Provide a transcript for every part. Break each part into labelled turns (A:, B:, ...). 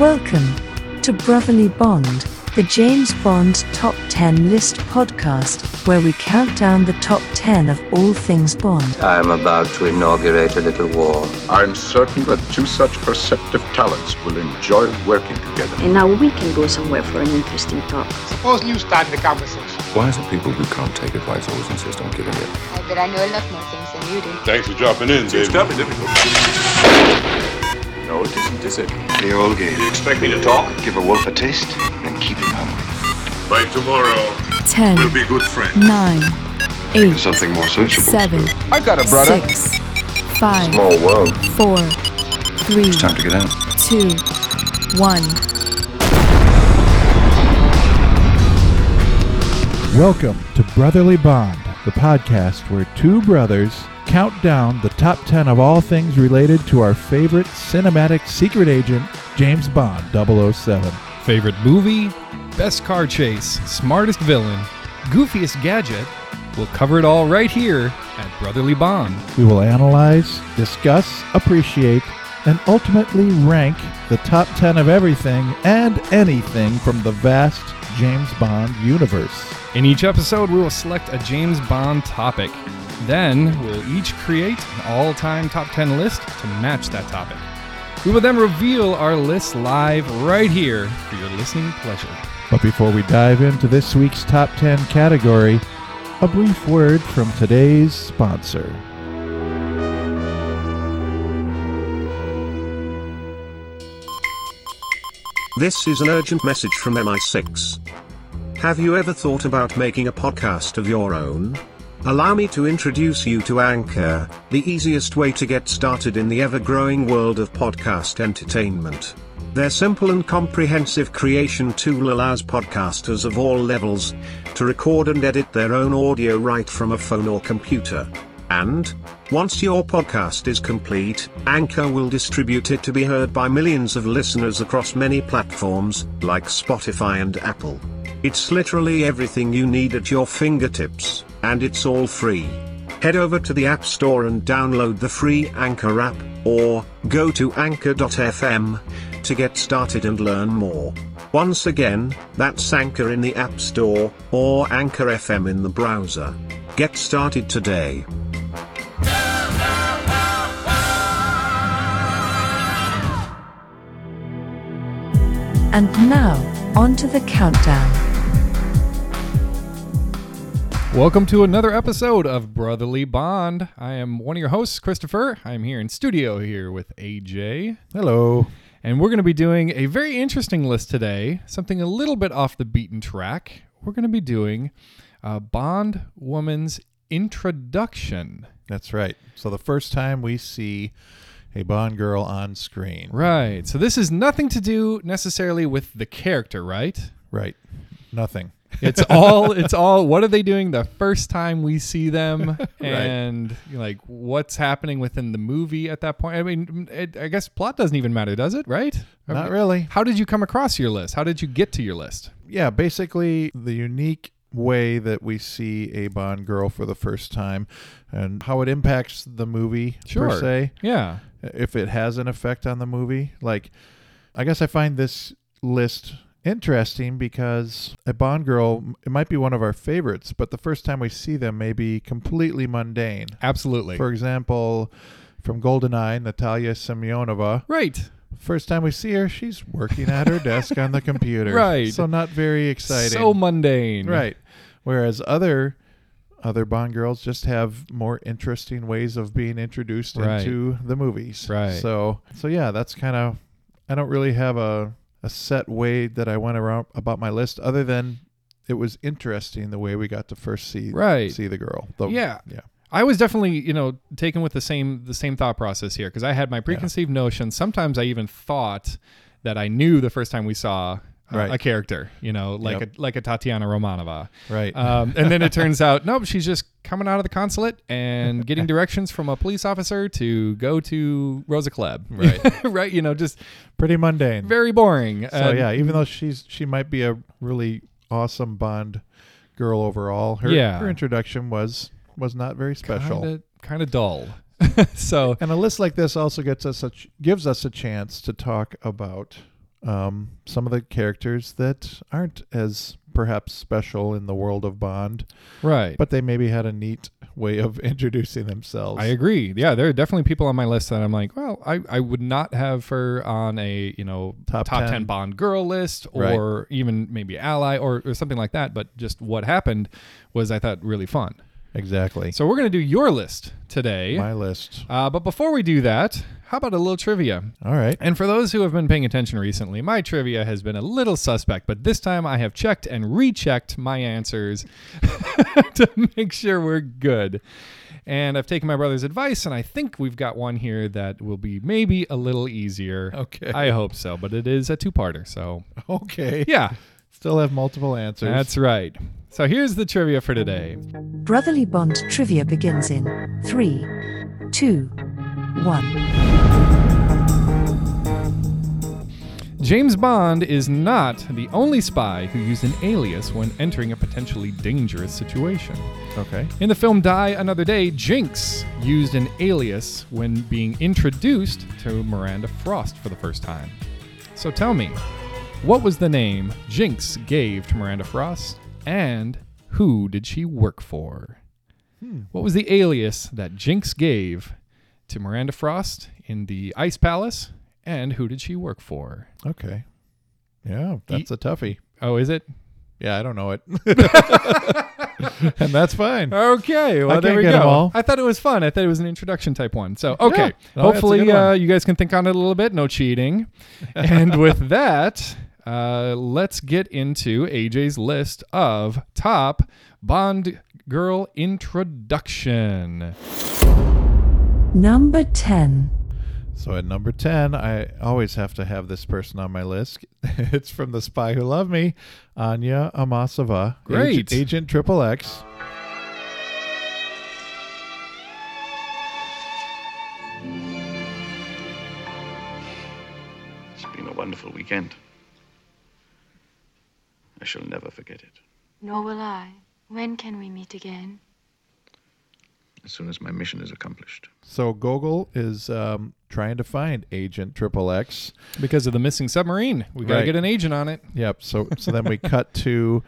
A: Welcome to Brotherly Bond, the James Bond Top 10 List podcast, where we count down the top 10 of all things Bond.
B: I'm about to inaugurate a little war.
C: I'm certain that two such perceptive talents will enjoy working together.
D: And now we can go somewhere for an interesting talk.
E: Suppose you start the conversation.
F: Why is it people who can't take advice always insist on giving it?
G: I bet I know a lot more things than you do.
H: Thanks for dropping in, Dave.
C: No, it isn't, is it?
I: The old game.
H: You expect me to talk?
I: Give a wolf a taste, then keep him hungry.
H: By tomorrow,
J: 10,
H: we'll be good friends.
J: 9, 8,
I: Something more searchable.
J: 7,
C: I got a brother.
J: 6, 5,
C: Small world.
J: 4, 3,
F: It's time to get out.
J: 2, 1.
K: Welcome to Brotherly Bond, the podcast where two brothers count down the top 10 of all things related to our favorite cinematic secret agent, James Bond 007.
L: Favorite movie? Best car chase? Smartest villain? Goofiest gadget? We'll cover it all right here at Brotherly Bond.
K: We will analyze, discuss, appreciate, and ultimately rank the top 10 of everything and anything from the vast James Bond universe.
L: In each episode, we will select a James Bond topic. Then we'll each create an all time top 10 list to match that topic. We will then reveal our list live right here for your listening pleasure.
K: But before we dive into this week's top 10 category, a brief word from today's sponsor.
M: This is an urgent message from MI6. Have you ever thought about making a podcast of your own? Allow me to introduce you to Anchor, the easiest way to get started in the ever growing world of podcast entertainment. Their simple and comprehensive creation tool allows podcasters of all levels to record and edit their own audio right from a phone or computer. And, once your podcast is complete, Anchor will distribute it to be heard by millions of listeners across many platforms, like Spotify and Apple. It's literally everything you need at your fingertips, and it's all free. Head over to the App Store and download the free Anchor app, or go to anchor.fm to get started and learn more. Once again, that's Anchor in the App Store, or Anchor FM in the browser. Get started today.
A: And now, on to the countdown.
L: Welcome to another episode of Brotherly Bond. I am one of your hosts, Christopher. I'm here in studio here with AJ.
K: Hello.
L: And we're going to be doing a very interesting list today, something a little bit off the beaten track. We're going to be doing uh, Bond Woman's Introduction.
K: That's right. So the first time we see a Bond girl on screen.
L: Right. So this is nothing to do necessarily with the character, right?
K: Right. Nothing.
L: It's all it's all what are they doing the first time we see them and like what's happening within the movie at that point? I mean, it, I guess plot doesn't even matter, does it? Right?
K: Not really.
L: How did you come across your list? How did you get to your list?
K: yeah, basically the unique way that we see a Bond girl for the first time and how it impacts the movie per se.
L: Yeah.
K: If it has an effect on the movie. Like I guess I find this list interesting because a Bond girl it might be one of our favorites, but the first time we see them may be completely mundane.
L: Absolutely.
K: For example, from Goldeneye, Natalia Semyonova.
L: right.
K: First time we see her, she's working at her desk on the computer.
L: Right.
K: So not very exciting.
L: So mundane.
K: Right. Whereas other other Bond girls just have more interesting ways of being introduced
L: Right.
K: into the movies.
L: Right.
K: So so yeah, that's kind of I don't really have a a set way that I went around about my list other than it was interesting the way we got to first see
L: Right.
K: see the girl. The-
L: Yeah.
K: Yeah.
L: I was definitely, you know, taken with the same the same thought process here because I had my preconceived notion. Sometimes I even thought that I knew the first time we saw a,
K: Right.
L: a character, you know, like
K: Yep.
L: a like a Tatiana Romanova.
K: Right.
L: Um, and then it turns out, nope, she's just coming out of the consulate and getting directions from a police officer to go to Rosa Klebb.
K: Right.
L: right. You know, just
K: Pretty mundane.
L: very boring.
K: so yeah, even though she's she might be a really awesome Bond girl overall, her
L: Yeah.
K: her introduction was was not very special.
L: Kind of dull. so
K: And a list like this also gets us a ch- gives us a chance to talk about um, some of the characters that aren't as perhaps special in the world of Bond.
L: Right.
K: But they maybe had a neat way of introducing themselves.
L: I agree. Yeah, there are definitely people on my list that I'm like, well, I, I would not have her on a you know
K: Top
L: top,
K: 10.
L: ten. Bond girl list
K: Right.
L: or even maybe ally or, or something like that. But just what happened was I thought really fun.
K: Exactly.
L: So we're gonna do your list today.
K: My list.
L: Uh, but before we do that, how about a little trivia?
K: All right.
L: And for those who have been paying attention recently, my trivia has been a little suspect, but this time I have checked and rechecked my answers to make sure we're good. And I've taken my brother's advice, and I think we've got one here that will be maybe a little easier.
K: Okay.
L: I hope so, but it is a two parter. So,
K: Okay.
L: yeah,
K: Still have multiple answers.
L: that's right. So, here's the trivia for today.
A: Brotherly Bond trivia begins in 3, 2, 1.
L: James Bond is not the only spy who used an alias when entering a potentially dangerous situation.
K: okay.
L: In the film Die Another Day, Jinx used an alias when being introduced to Miranda Frost for the first time. So tell me, what was the name Jinx gave to Miranda Frost and who did she work for? What was the alias that Jinx gave to Miranda Frost in the Ice Palace and who did she work for?
K: Okay. Yeah, that's a toughie.
L: Oh, is it?
K: Yeah, I don't know it. and that's fine.
L: Okay, well
K: I
L: there
K: can't
L: we
K: get 'em
L: go.
K: all.
L: I thought it was fun. I thought it was an introduction type one. So okay,
K: No, that's a good
L: hopefully
K: one.
L: uh, you guys can think on it a little bit. No cheating. and with that, uh, let's get into AJ's list of top Bond girl introduction.
A: Number 10.
K: So at number 10, I always have to have this person on my list. it's from The Spy Who Loved Me, Anya Amasova.
L: Great.
K: Agent, Agent Triple X.
I: It's been a wonderful weekend. I shall never forget it.
G: Nor will I. When can we meet again?
I: As soon as my mission is accomplished.
K: So Gogol is um, trying to find Agent Triple X.
L: Because of the missing submarine, we gotta
K: Right.
L: get an agent on it.
K: Yep. So so then we cut to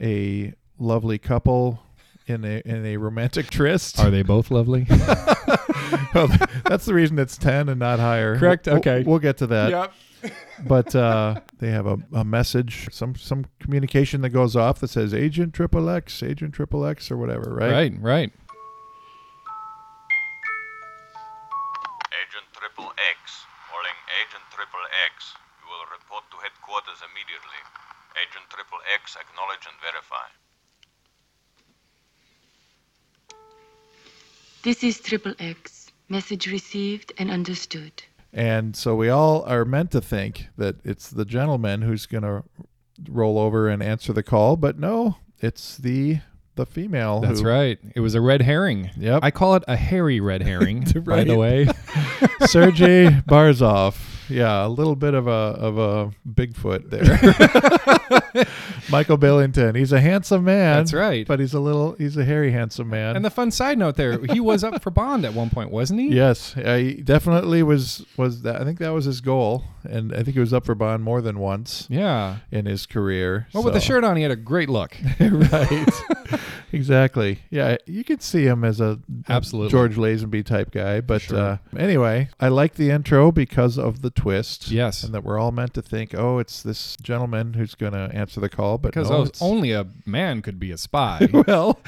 K: a lovely couple in a in a romantic tryst.
L: Are they both lovely?
K: That's the reason it's ten and not higher.
L: Correct,
K: We'll-
L: okay.
K: We'll, get to that. But uh, they have a, a message, some some communication that goes off that says Agent Triple X, Agent Triple X, or whatever, right?
L: Right. Right.
N: Agent Triple X, calling Agent Triple X. You will report to headquarters immediately. Agent Triple X, acknowledge and verify.
O: This is Triple X. Message received and understood.
K: And so we all are meant to think that it's the gentleman who's going to roll over and answer the call, but no, it's the the female.
L: That's
K: who-
L: right. It was a red herring.
K: Yep.
L: I call it a hairy red herring. By the
K: Right.
L: way.
K: Sergey Barzov. Yeah, a little bit of a of a Bigfoot there. Michael Billington. He's a handsome man.
L: That's right.
K: But he's a little he's a hairy handsome man.
L: And the fun side note there, he was up for Bond at one point, wasn't he?
K: yes, I definitely was was that I think that was his goal and I think he was up for Bond more than once
L: Yeah.
K: in his career.
L: Well, Oh, with the
K: so-
L: shirt on, he had a great look.
K: right. exactly. Yeah, you could see him as a a
L: Absolutely.
K: George Lazenby type guy. But uh, anyway, I like the intro because of the twist.
L: Yes.
K: and that we're all meant to think, oh, it's this gentleman who's going to answer the call, but
L: Because
K: no,
L: o-
K: it's-
L: only a man could be a spy.
K: well,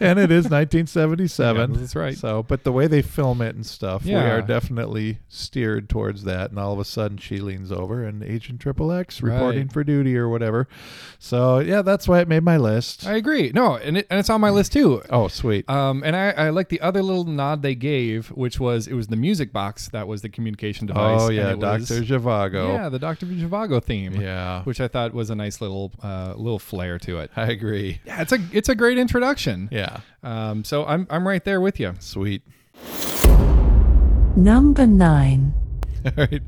K: and it is 1977.
L: Yeah, that's right.
K: So, but the way they film it and stuff, we
L: Yeah.
K: are definitely steered towards that. And all of a sudden, she leans over and Agent Triple X reporting
L: Right.
K: for duty or whatever. So, yeah, that's why it made my list.
L: I agree. No, and, it, and it's on my list too.
K: Oh, sweet.
L: Um, and I, I like the other little nod they gave, which was it was the music box that was the communication device.
K: Oh
L: and
K: yeah,
L: it was-
K: Doctor Zhivago.
L: Yeah, the Doctor Zhivago theme.
K: Yeah.
L: which I thought was a nice little uh, little flair to it.
K: I agree.
L: Yeah, it's a it's a great introduction.
K: Yeah.
L: Um, so I'm I'm right there with you.
K: Sweet.
A: Number 9.
K: All right.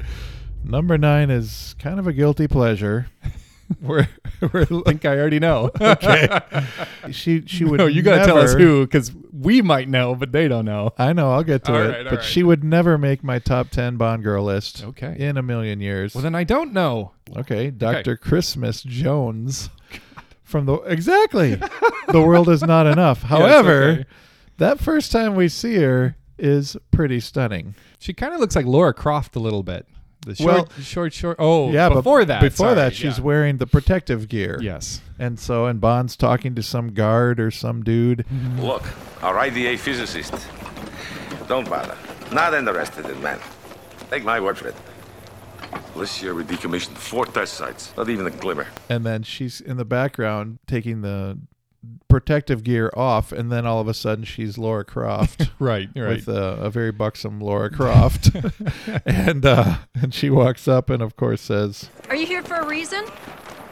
K: Number nine is kind of a guilty pleasure.
L: We're, we're think I already know.
K: Okay. She she would
L: No, you gotta tell us
K: never-
L: who, because we might know, but they don't know.
K: I know. I'll get to
L: All
K: it.
L: right, all
K: but
L: right.
K: she would never make my top 10 Bond girl list.
L: Okay.
K: In a million years. Well,
L: then I don't know.
K: Okay. Dr. Christmas Jones from the. Exactly. the world is not enough. However,
L: okay.
K: that first time we see her is pretty stunning.
L: She kind of looks like Laura Croft a little bit. The short,
K: Well-
L: short, short. Oh,
K: yeah, but
L: Before that,
K: Before
L: sorry,
K: that,
L: yeah.
K: she's wearing the protective gear.
L: Yes.
K: And so, and Bond's talking to some guard or some dude.
L: Mm-hmm.
P: Look, our IDA physicist. Don't bother. Not interested in man. Take my word for it. This year we decommissioned four test sites. Not even a glimmer.
K: and then she's in the background taking the protective gear off, and then all of a sudden she's Laura Croft,
L: Right, right.
K: with a, a very buxom Laura Croft, and uh, and she walks up and of course says,
Q: Are you here for a reason?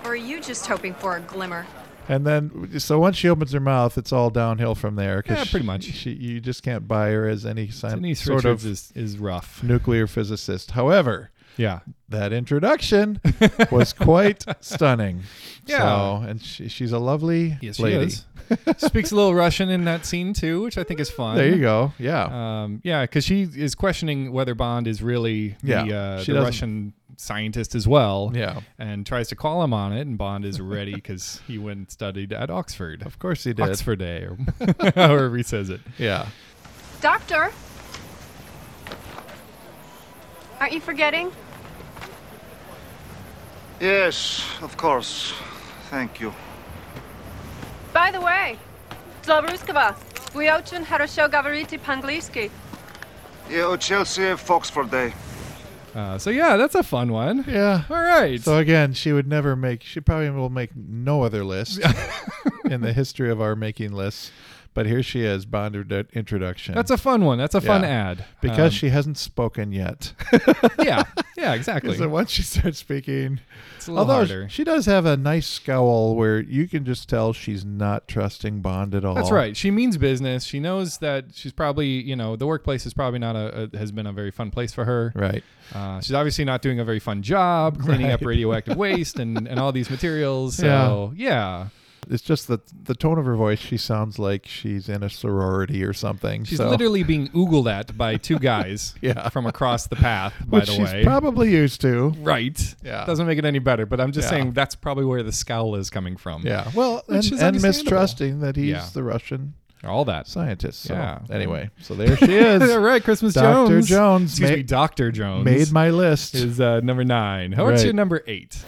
Q: Or are you just hoping for a glimmer?
K: and then so once she opens her mouth, it's all downhill from there. 'cause
L: Yeah, pretty
K: she-
L: much.
K: She, you just can't buy her as any sign,
L: Denise
K: sort
L: Richards
K: of
L: is, is rough.
K: nuclear physicist. However,
L: Yeah.
K: that introduction was quite stunning.
L: Yeah.
K: so, and she, she's a lovely
L: Yes, she
K: lady.
L: is. Speaks a little Russian in that scene too, which I think is fun.
K: There you go. Yeah.
L: Um, yeah, because she is questioning whether Bond is really the,
K: Yeah.
L: uh,
K: She
L: the
K: doesn't-
L: Russian scientist as well.
K: Yeah.
L: And tries to call him on it, and Bond is ready because he went and studied at Oxford. Of
K: course he did.
L: Oxford Day, or however he says it.
K: Yeah.
Q: Doctor? Aren't you forgetting?
R: Yes, of course. Thank you.
Q: By the way, Zlavruskova, we очень хорошо говорите по-английски.
R: Yeah, oh, Chelsea, Foxford Day.
L: Uh, so yeah, that's a fun one.
K: Yeah.
L: All right.
K: So again, she would never make. She probably will make no other list in the history of our making lists. But here she is, Bond introdu- introduction.
L: That's a fun one. That's a fun
K: Yeah.
L: ad.
K: because
L: Um,
K: she hasn't spoken yet.
L: yeah, yeah, exactly.
K: So once she starts speaking,
L: It's a little
K: although
L: harder.
K: she does have a nice scowl where you can just tell she's not trusting Bond at all.
L: That's right. She means business. She knows that she's probably, you know, the workplace is probably not a, a has been a very fun place for her.
K: Right.
L: Uh, she's obviously not doing a very fun job cleaning up
K: Right.
L: radioactive waste and, and all these materials. So yeah,
K: It's just that the tone of her voice, she sounds like she's in a sorority or something.
L: she's
K: so.
L: literally being oogled at by two guys from across the path. By
K: Which
L: the
K: she's
L: way,
K: probably used to.
L: right.
K: Yeah.
L: Doesn't make it any better. But I'm just
K: Yeah.
L: saying that's probably where the scowl is coming from.
K: Yeah. Well,
L: Which
K: and,
L: is
K: and
L: understandable.
K: mistrusting that he's
L: Yeah.
K: the Russian
L: all that
K: scientist. So
L: Yeah.
K: Anyway, so there she is.
L: All right, Christmas
K: Dr.
L: Jones.
K: Jones.
L: Excuse
K: ma-
L: me, Dr. Jones.
K: Made my list.
L: Is uh, number nine. How about
K: Right.
L: your number eight?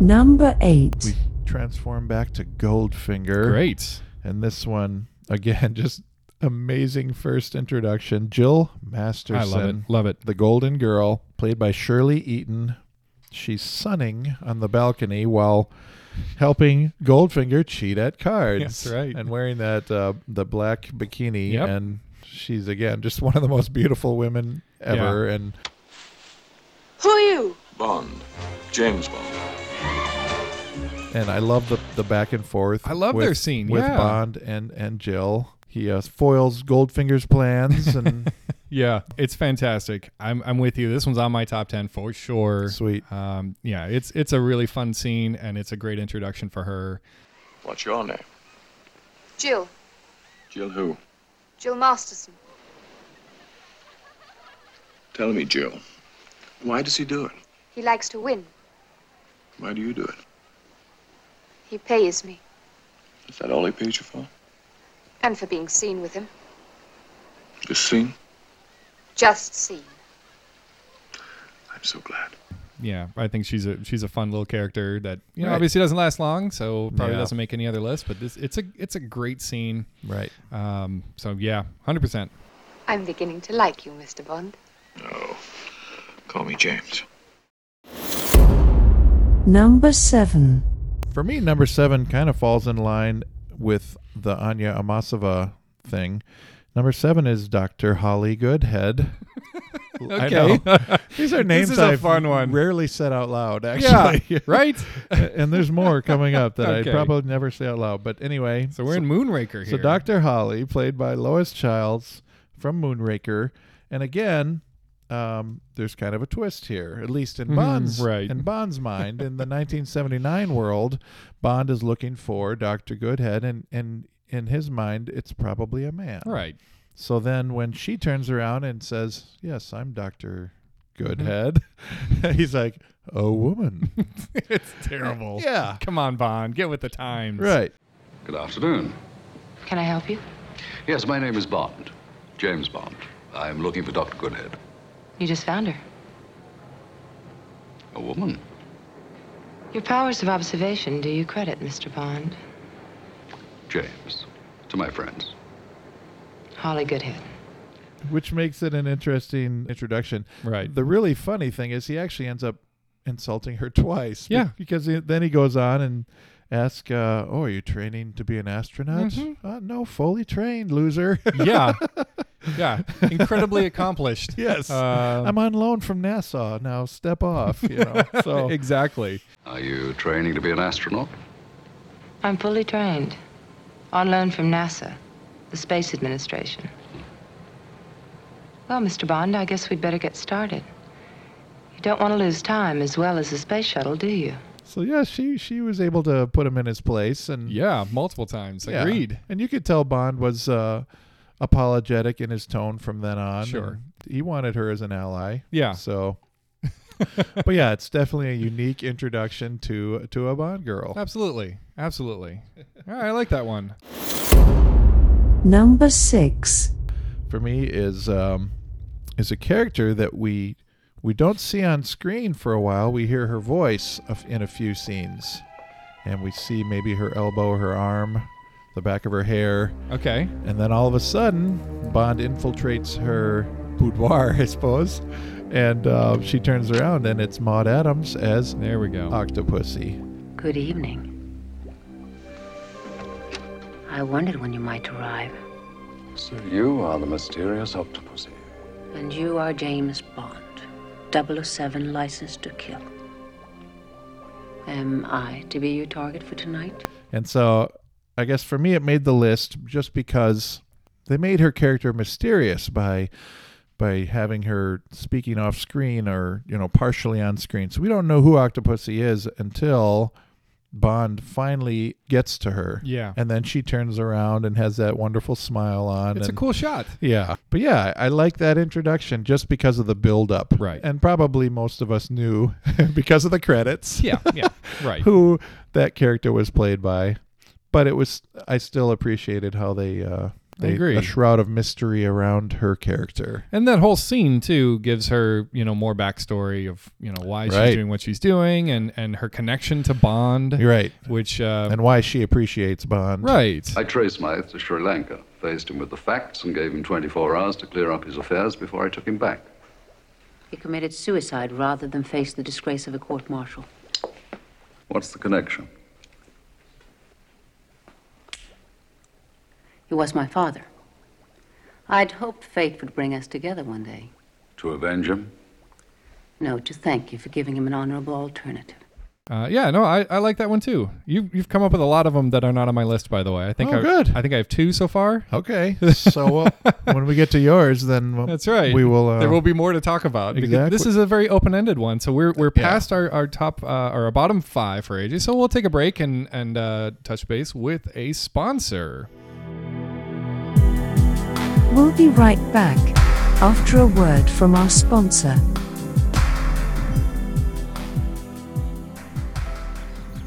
A: Number 8.
K: We transform back to Goldfinger.
L: Great.
K: And this one, again, just amazing first introduction. Jill Masterson.
L: Love it.
K: The Golden Girl, played by Shirley Eaton. She's sunning on the balcony while helping Goldfinger cheat at cards.
L: That's right.
K: And wearing that uh, the black bikini.
L: Yep.
K: And she's again just one of the most beautiful women ever. And
O: Who are you?
H: Bond. James Bond.
K: and I love the the back and forth.
L: I love
K: with-
L: their scene,
K: with
L: yeah.
K: Bond and and Jill. He uh, foils Goldfinger's plans and.
L: Yeah, it's fantastic. I'm, I'm with you. This one's on my top ten for sure.
K: Sweet.
L: Um, yeah, it's it's a really fun scene and it's a great introduction for her.
H: What's your name?
S: Jill.
H: Jill who?
S: Jill Masterson.
H: Tell me, Jill. Why does he do it?
S: He likes to win.
H: Why do you do it?
S: He pays me.
H: Is that all he pays you for?
S: And for being seen with him.
H: Just seen?
S: Just seen.
H: I'm so glad.
L: Yeah, I think she's a she's a fun little character that you know
H: Right.
L: obviously doesn't last long, so probably
K: Yeah.
L: doesn't make any other list. But this it's a it's a great scene.
K: Right.
L: Um. So yeah, hundred percent.
S: I'm beginning to like you, Mr. Bond.
H: Call me James.
A: Number 7.
K: For me, number seven kind of falls in line with the Anya Amasova thing. Number seven is Dr. Holly Goodhead. I
L: Okay.
K: know. These are
L: This
K: names
L: is a
K: I've
L: fun one.
K: rarely said out loud, actually.
L: Yeah, right?
K: and there's more coming up that
L: Okay.
K: I probably never say out loud. But anyway.
L: So we're in Moonraker
K: So
L: here.
K: Dr. Holly, played by Lois Childs from Moonraker. And again, um, there's kind of a twist here, at least in
L: Mhm,
K: Bond's
L: right.
K: in Bond's mind. In the 1979 world, Bond is looking for Doctor Goodhead, and and in his mind, it's probably a man.
L: Right.
K: So then, when she turns around and says, "Yes, I'm Doctor
L: Mm-hmm.
K: Goodhead," he's like, "A woman."
L: it's terrible.
K: Yeah.
L: Come on, Bond. Get with the times.
K: Right.
T: Good afternoon.
O: Can I help you?
T: Yes, my name is Bond. James Bond. I'm looking for Dr. Goodhead.
O: You just found her.
T: A woman?
O: Your powers of observation do you credit, Mr. Bond?
T: James. To my friends.
O: Holly Goodhead.
K: which makes it an interesting introduction.
L: Right.
K: The really funny thing is he actually ends up insulting her twice. be-
L: Yeah.
K: Because he, then he goes on and asks, uh, "Oh, are you training to be an astronaut?
L: Mhm.
K: Uh, no, fully trained, loser."
L: Yeah. Yeah. Incredibly accomplished.
K: yes.
L: Um,
K: I'm on loan from NASA now. Step off. You know. So
L: exactly.
T: Are you training to be an astronaut?
O: I'm fully trained. On loan from NASA, the Space Administration. Well, Mr. Bond, I guess we'd better get started. You don't want to lose time as well as the space shuttle, do you?
K: So yeah, she she was able to put him in his place and
L: yeah, multiple times.
K: Yeah.
L: Agreed.
K: And you could tell Bond was uh, apologetic in his tone from then on.
L: Sure.
K: And he wanted her as an ally.
L: Yeah.
K: So, but yeah, it's definitely a unique introduction to to a Bond girl.
L: Absolutely. Absolutely. All right, I like that one.
A: Number 6.
K: For me, is um, is a character that we we don't see on screen for a while. We hear her voice of- in a few scenes, and we see maybe her elbow, her arm, the back of her hair.
L: Okay.
K: And then all of a sudden, Bond infiltrates her boudoir, I suppose, and uh, she turns around and it's Maud Adams as
L: there we go
K: Octopussy.
U: Good evening. I wondered when you might arrive.
T: So you are the mysterious octopus.
U: And you are James Bond, 007 license to kill. Am I to be your target for tonight?
K: And so, I guess for me, it made the list just because they made her character mysterious by by having her speaking off screen or you know partially on screen. So we don't know who Octopussy is until Bond finally gets to her.
L: Yeah.
K: And then she turns around and has that wonderful smile on.
L: It's a
K: and-
L: cool shot.
K: Yeah. But yeah, I I like that introduction just because of the build up. Right. And probably most of us knew because of the credits.
L: Yeah, yeah, right.
K: who that character was played by. But it was I still appreciated how they uh they
L: agree.
K: a shroud of mystery around her character.
L: And that whole scene too gives her, you know, more backstory of, you know, why
K: Right.
L: she's doing what she's doing and and her connection to Bond.
K: You're right.
L: Which uh,
K: and why she appreciates Bond.
L: Right.
T: I traced my to Sri Lanka, faced him with the facts, and gave him 24 hours to clear up his affairs before I took him back.
U: He committed suicide rather than face the disgrace of a court martial.
T: What's the connection?
U: He was my father. I'd hoped fate would bring us together one day.
T: To avenge him?
U: No, to thank you for giving him an honorable alternative.
L: Uh, yeah, no, I, I like that one too. You you've come up with a lot of them that are not on my list, by the way. I think
K: Oh,
L: I,
K: good.
L: I think I have two so far.
K: Okay. So uh, when we get to yours then we'll-
L: That's right.
K: We will uh,
L: there will be more to talk about. because
K: Exactly.
L: This is a very open-ended one, so we're we're past our, our top uh, or our bottom five for ages. So we'll take a break and and uh, touch base with a sponsor.
A: We'll be right back after a word from our sponsor.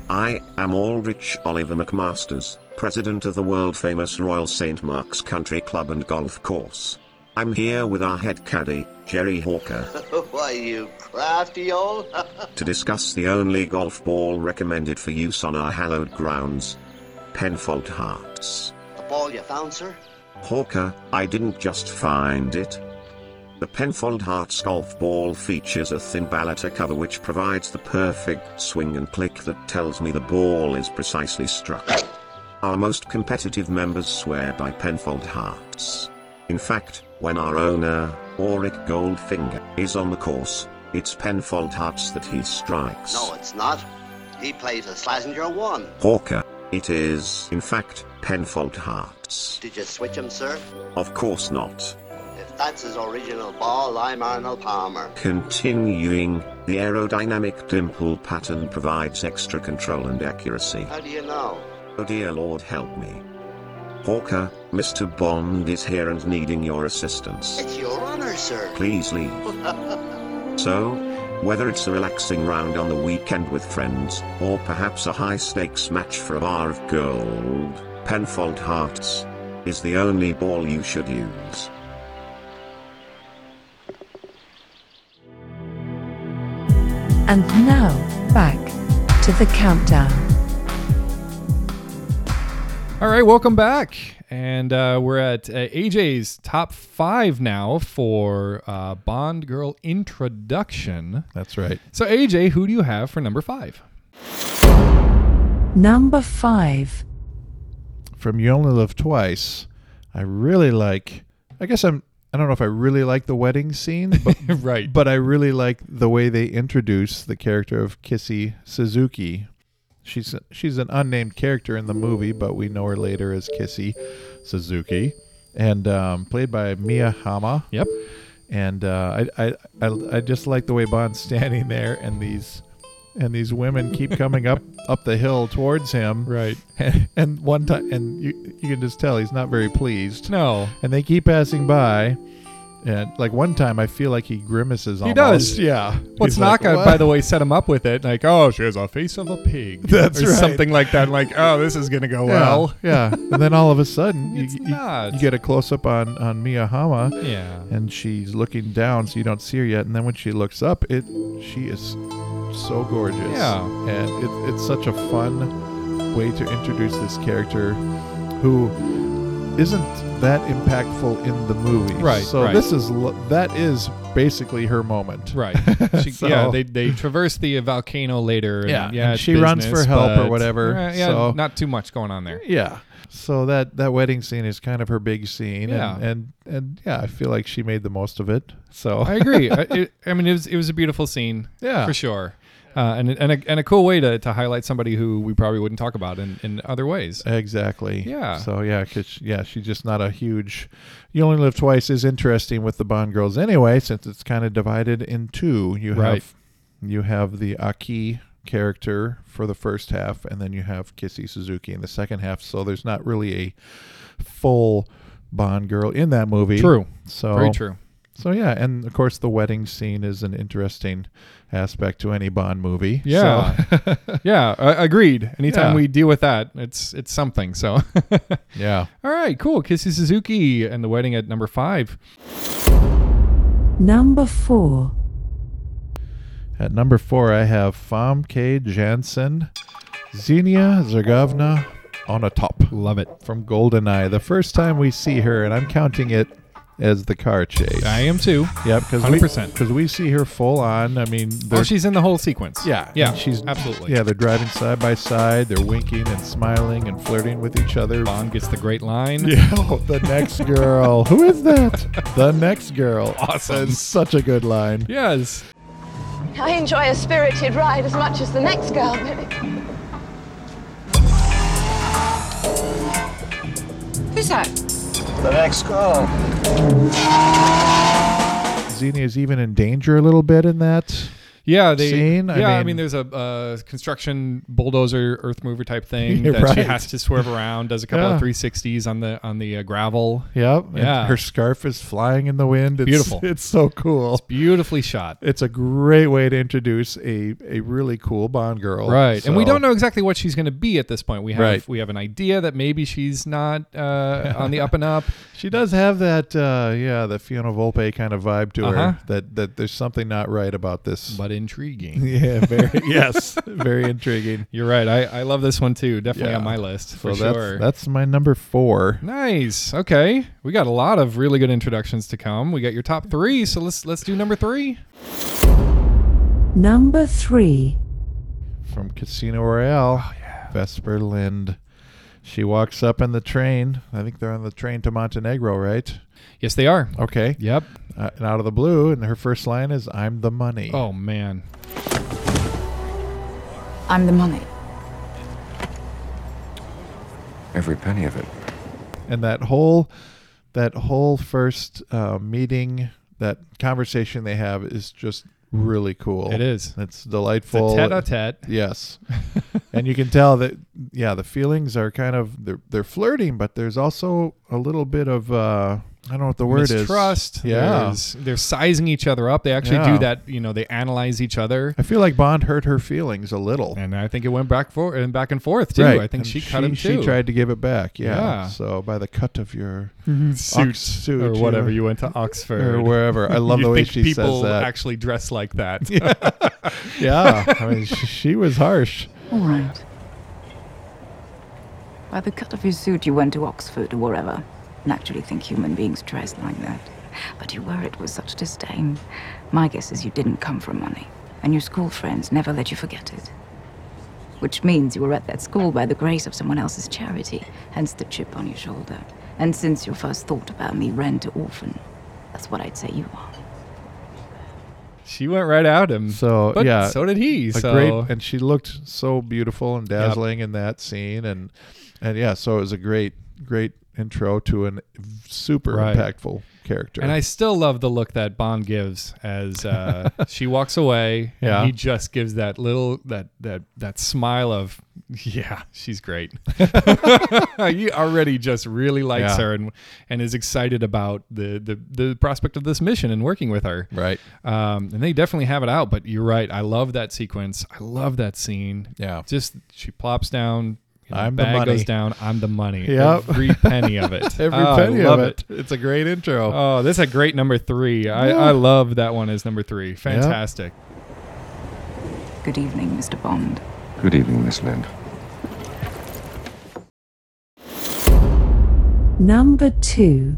M: I am Ulrich Oliver McMasters, president of the world famous Royal St. Mark's Country Club and Golf Course. I'm here with our head caddy, Jerry Hawker,
V: Oh, Why, you crafty old.
M: to discuss the only golf ball recommended for use on our hallowed grounds Penfold Hearts.
V: the ball you found, sir?
M: Hawker, I didn't just find it. The Penfold Hearts golf ball features a thin balata cover which provides the perfect swing and click that tells me the ball is precisely struck. Our most competitive members swear by Penfold Hearts. In fact, when our owner, Auric Goldfinger, is on the course, it's Penfold Hearts that he strikes.
V: No, it's not. He plays a Schlesinger 1.
M: Hawker, it is, in fact, Penfold Hearts.
V: Did you switch him, sir?
M: Of course not.
V: If That's his original ball. I'm Arnold Palmer.
M: Continuing, the aerodynamic dimple pattern provides extra control and accuracy.
V: How do you know?
M: Oh dear lord help me. Hawker, Mr. Bond is here and needing your assistance.
V: It's your honor, sir.
M: Please leave. So, whether it's a relaxing round on the weekend with friends, or perhaps a high stakes match for a bar of gold, Penfold Hearts is the only ball you should use.
A: And now, back to the countdown.
L: All right, welcome back. And uh, we're at uh, AJ's top five now for uh, Bond Girl introduction.
K: That's right.
L: So, AJ, who do you have for number five?
A: Number 5.
K: From You Only Live Twice, I really like. I guess I'm. I don't know if I really like the wedding scene, but,
L: right.
K: but I really like the way they introduce the character of Kissy Suzuki. She's she's an unnamed character in the movie, but we know her later as Kissy Suzuki, and um, played by Mia Hama.
L: Yep.
K: And uh, I, I I I just like the way Bond's standing there, and these and these women keep coming up up the hill towards him.
L: Right.
K: And, and one time, and you you can just tell he's not very pleased.
L: No.
K: And they keep passing by. And like one time, I feel like he grimaces.
L: He
K: Almost.
L: does.
K: Yeah.
L: What's
K: He's like,
L: Naka,
K: "What?"
L: by the way, set him up with it. Like, oh, she has a face of a pig.
K: That's
L: or
K: right.
L: something like that. Like, oh, this is going to go
K: Yeah,
L: well.
K: yeah. And then all of a sudden, you,
L: It's
K: you-
L: not.
K: you get a close up on on Miyahama.
L: Yeah.
K: And she's looking down, so you don't see her yet. And then when she looks up, it she is so gorgeous.
L: Yeah.
K: And it, it's such a fun way to introduce this character, who isn't that impactful in the movie.
L: Right,
K: So
L: right.
K: this is lo- that is basically her moment.
L: Right. She,
K: So-
L: yeah, they, they traverse the volcano later. And,
K: Yeah,
L: yeah.
K: and
L: it's
K: she runs
L: business,
K: for help or
L: but- eh,
K: whatever,
L: Yeah, yeah,
K: so-
L: not too much going on there.
K: Yeah. So that that wedding scene is kind of her big scene.
L: Yeah.
K: And, and and yeah, I feel like she made the most of it. So
L: I agree. I, it, I mean, it was it was a beautiful scene.
K: Yeah.
L: for sure. Uh, and and a, and a cool way to, to highlight somebody who we probably wouldn't talk about in, in other ways.
K: Exactly.
L: Yeah.
K: So yeah, 'cause she- yeah, she's just not a huge. You only live twice is interesting with the Bond girls anyway, since it's kind of divided in two. You
L: Right.
K: have you have the Aki character for the first half, and then you have Kissy Suzuki in the second half. So there's not really a full Bond girl in that movie.
L: True.
K: So
L: Very true.
K: So yeah, and of course the wedding scene is an interesting aspect to any Bond movie.
L: Yeah,
K: So-
L: yeah, uh, agreed. Anytime
K: Yeah.
L: we deal with that, it's it's something. So,
K: yeah.
L: all right, cool. Kissy Suzuki and the wedding at number five.
A: Number 4.
K: At number four, I have Famke Janssen, Xenia Zergovna on a top.
L: Love it.
K: From Goldeneye. The first time we see her, and I'm counting it as the car chase.
L: I am too.
K: Yep, because we,
L: 100%.
K: 'cause we see her full on. I mean,
L: Oh,
K: they're,
L: she's in the whole sequence.
K: yeah,
L: yeah,
K: and she's
L: absolutely.
K: yeah, they're driving side by side. They're winking and smiling and flirting with each other.
L: Bond gets the great line.
K: Yeah, oh, the next girl. Who is that? The next girl.
L: Awesome.
K: That's such a good line.
L: Yes.
B: I enjoy a spirited ride as much as the next girl, but
Q: Who's that?
R: The next call.
K: Xenia is even in danger a little bit in that.
L: Yeah, they.
K: scene?
L: Yeah,
K: I
L: I mean,
K: mean-
L: there's a uh, construction bulldozer, earth mover type thing
K: Yeah,
L: that she
K: right.
L: has to swerve around. Does a couple
K: Yeah.
L: of 360s on the on the uh, gravel.
K: Yep. and
L: Yeah.
K: her scarf is flying in the wind. It's,
L: Beautiful.
K: It's so cool.
L: Beautifully shot.
K: It's a great way to introduce a, a really cool Bond girl.
L: Right, and we
K: So-
L: don't know exactly what she's going to be at this point. We have
K: Right.
L: we have an idea that maybe she's not uh, on the up and up.
K: She does have that, uh, yeah, the Fiona Volpe kind of vibe to
L: Uh-huh.
K: her. That that there's something not right about this.
L: but intriguing.
K: yeah, very yes, very intriguing.
L: You're right. I, I love this one too. Definitely
K: Yeah.
L: on my list
K: So
L: for
K: that's
L: sure.
K: that's my number four.
L: nice. Okay, we got a lot of really good introductions to come. We got your top three, so let's let's do number three.
A: Number 3.
K: from Casino Royale.
L: Oh,
K: Vesper Lind. She walks up in the train. I think they're on the train to Montenegro, right?
L: Yes, they are.
K: Okay.
L: Yep.
K: Uh, and out of the blue, and her first line is, "I'm the money."
L: Oh man.
J: I'm the money.
F: Every penny of it.
K: And that whole that whole first uh, meeting, that conversation they have is just really cool.
L: It is.
K: It's delightful.
L: tete-a-tete.
K: Yes. and you can tell that yeah, the feelings are kind of they're they're flirting, but there's also a little bit of uh I don't know what the word
L: Mistrust.
K: is. Yeah.
L: There's- they're sizing each other up. They actually
K: Yeah.
L: do that. You know, they analyze each other.
K: I feel like Bond hurt her feelings a little.
L: And I think it went back for and back and forth too. I think
K: And
L: she cut him too.
K: She tried to give it back. Yeah.
L: Yeah.
K: So by the cut of your
L: suit,
K: ox suit
L: or
K: you
L: whatever
K: know.
L: you went to Oxford
K: or wherever. I love
L: You
K: the way
L: think
K: she
L: people
K: says that.
L: Actually, dress like that.
K: yeah. I mean, she, she was harsh.
D: All right. By the cut of your suit, you went to Oxford or wherever. And actually think human beings dress like that. But you wear it with such disdain. My guess is you didn't come from money. And your school friends never let you forget it. Which means you were at that school by the grace of someone else's charity, hence the chip on your shoulder. And since your first thought about me ran to orphan, that's what I'd say you are.
L: she went right at him.
K: So
L: But
K: yeah,
L: so did he,
K: A
L: so-
K: and she looked so beautiful and dazzling in that scene, and and yeah, so it was a great, great intro to an super
L: Right.
K: impactful character.
L: And I still love the look that Bond gives as uh, she walks away.
K: Yeah.
L: And he just gives that little that that that smile of yeah, she's great. he already just really
K: Yeah.
L: likes her and and is excited about the, the the prospect of this mission and working with her.
K: Right.
L: Um, and they definitely have it out. But you're right. I love that sequence. I love that scene.
K: Yeah.
L: Just she plops down. you know,
K: I'm the
L: bag goes
K: money.
L: down. I'm the money.
K: Yep.
L: Every penny of it.
K: Every
L: Oh, I
K: penny of
L: love
K: it. It's a great intro.
L: Oh, this is a great number three. I,
D: Yeah.
L: I love that one as number three. Fantastic.
D: Good evening, Mr. Bond.
F: Good evening, Miss Lind.
A: Number two.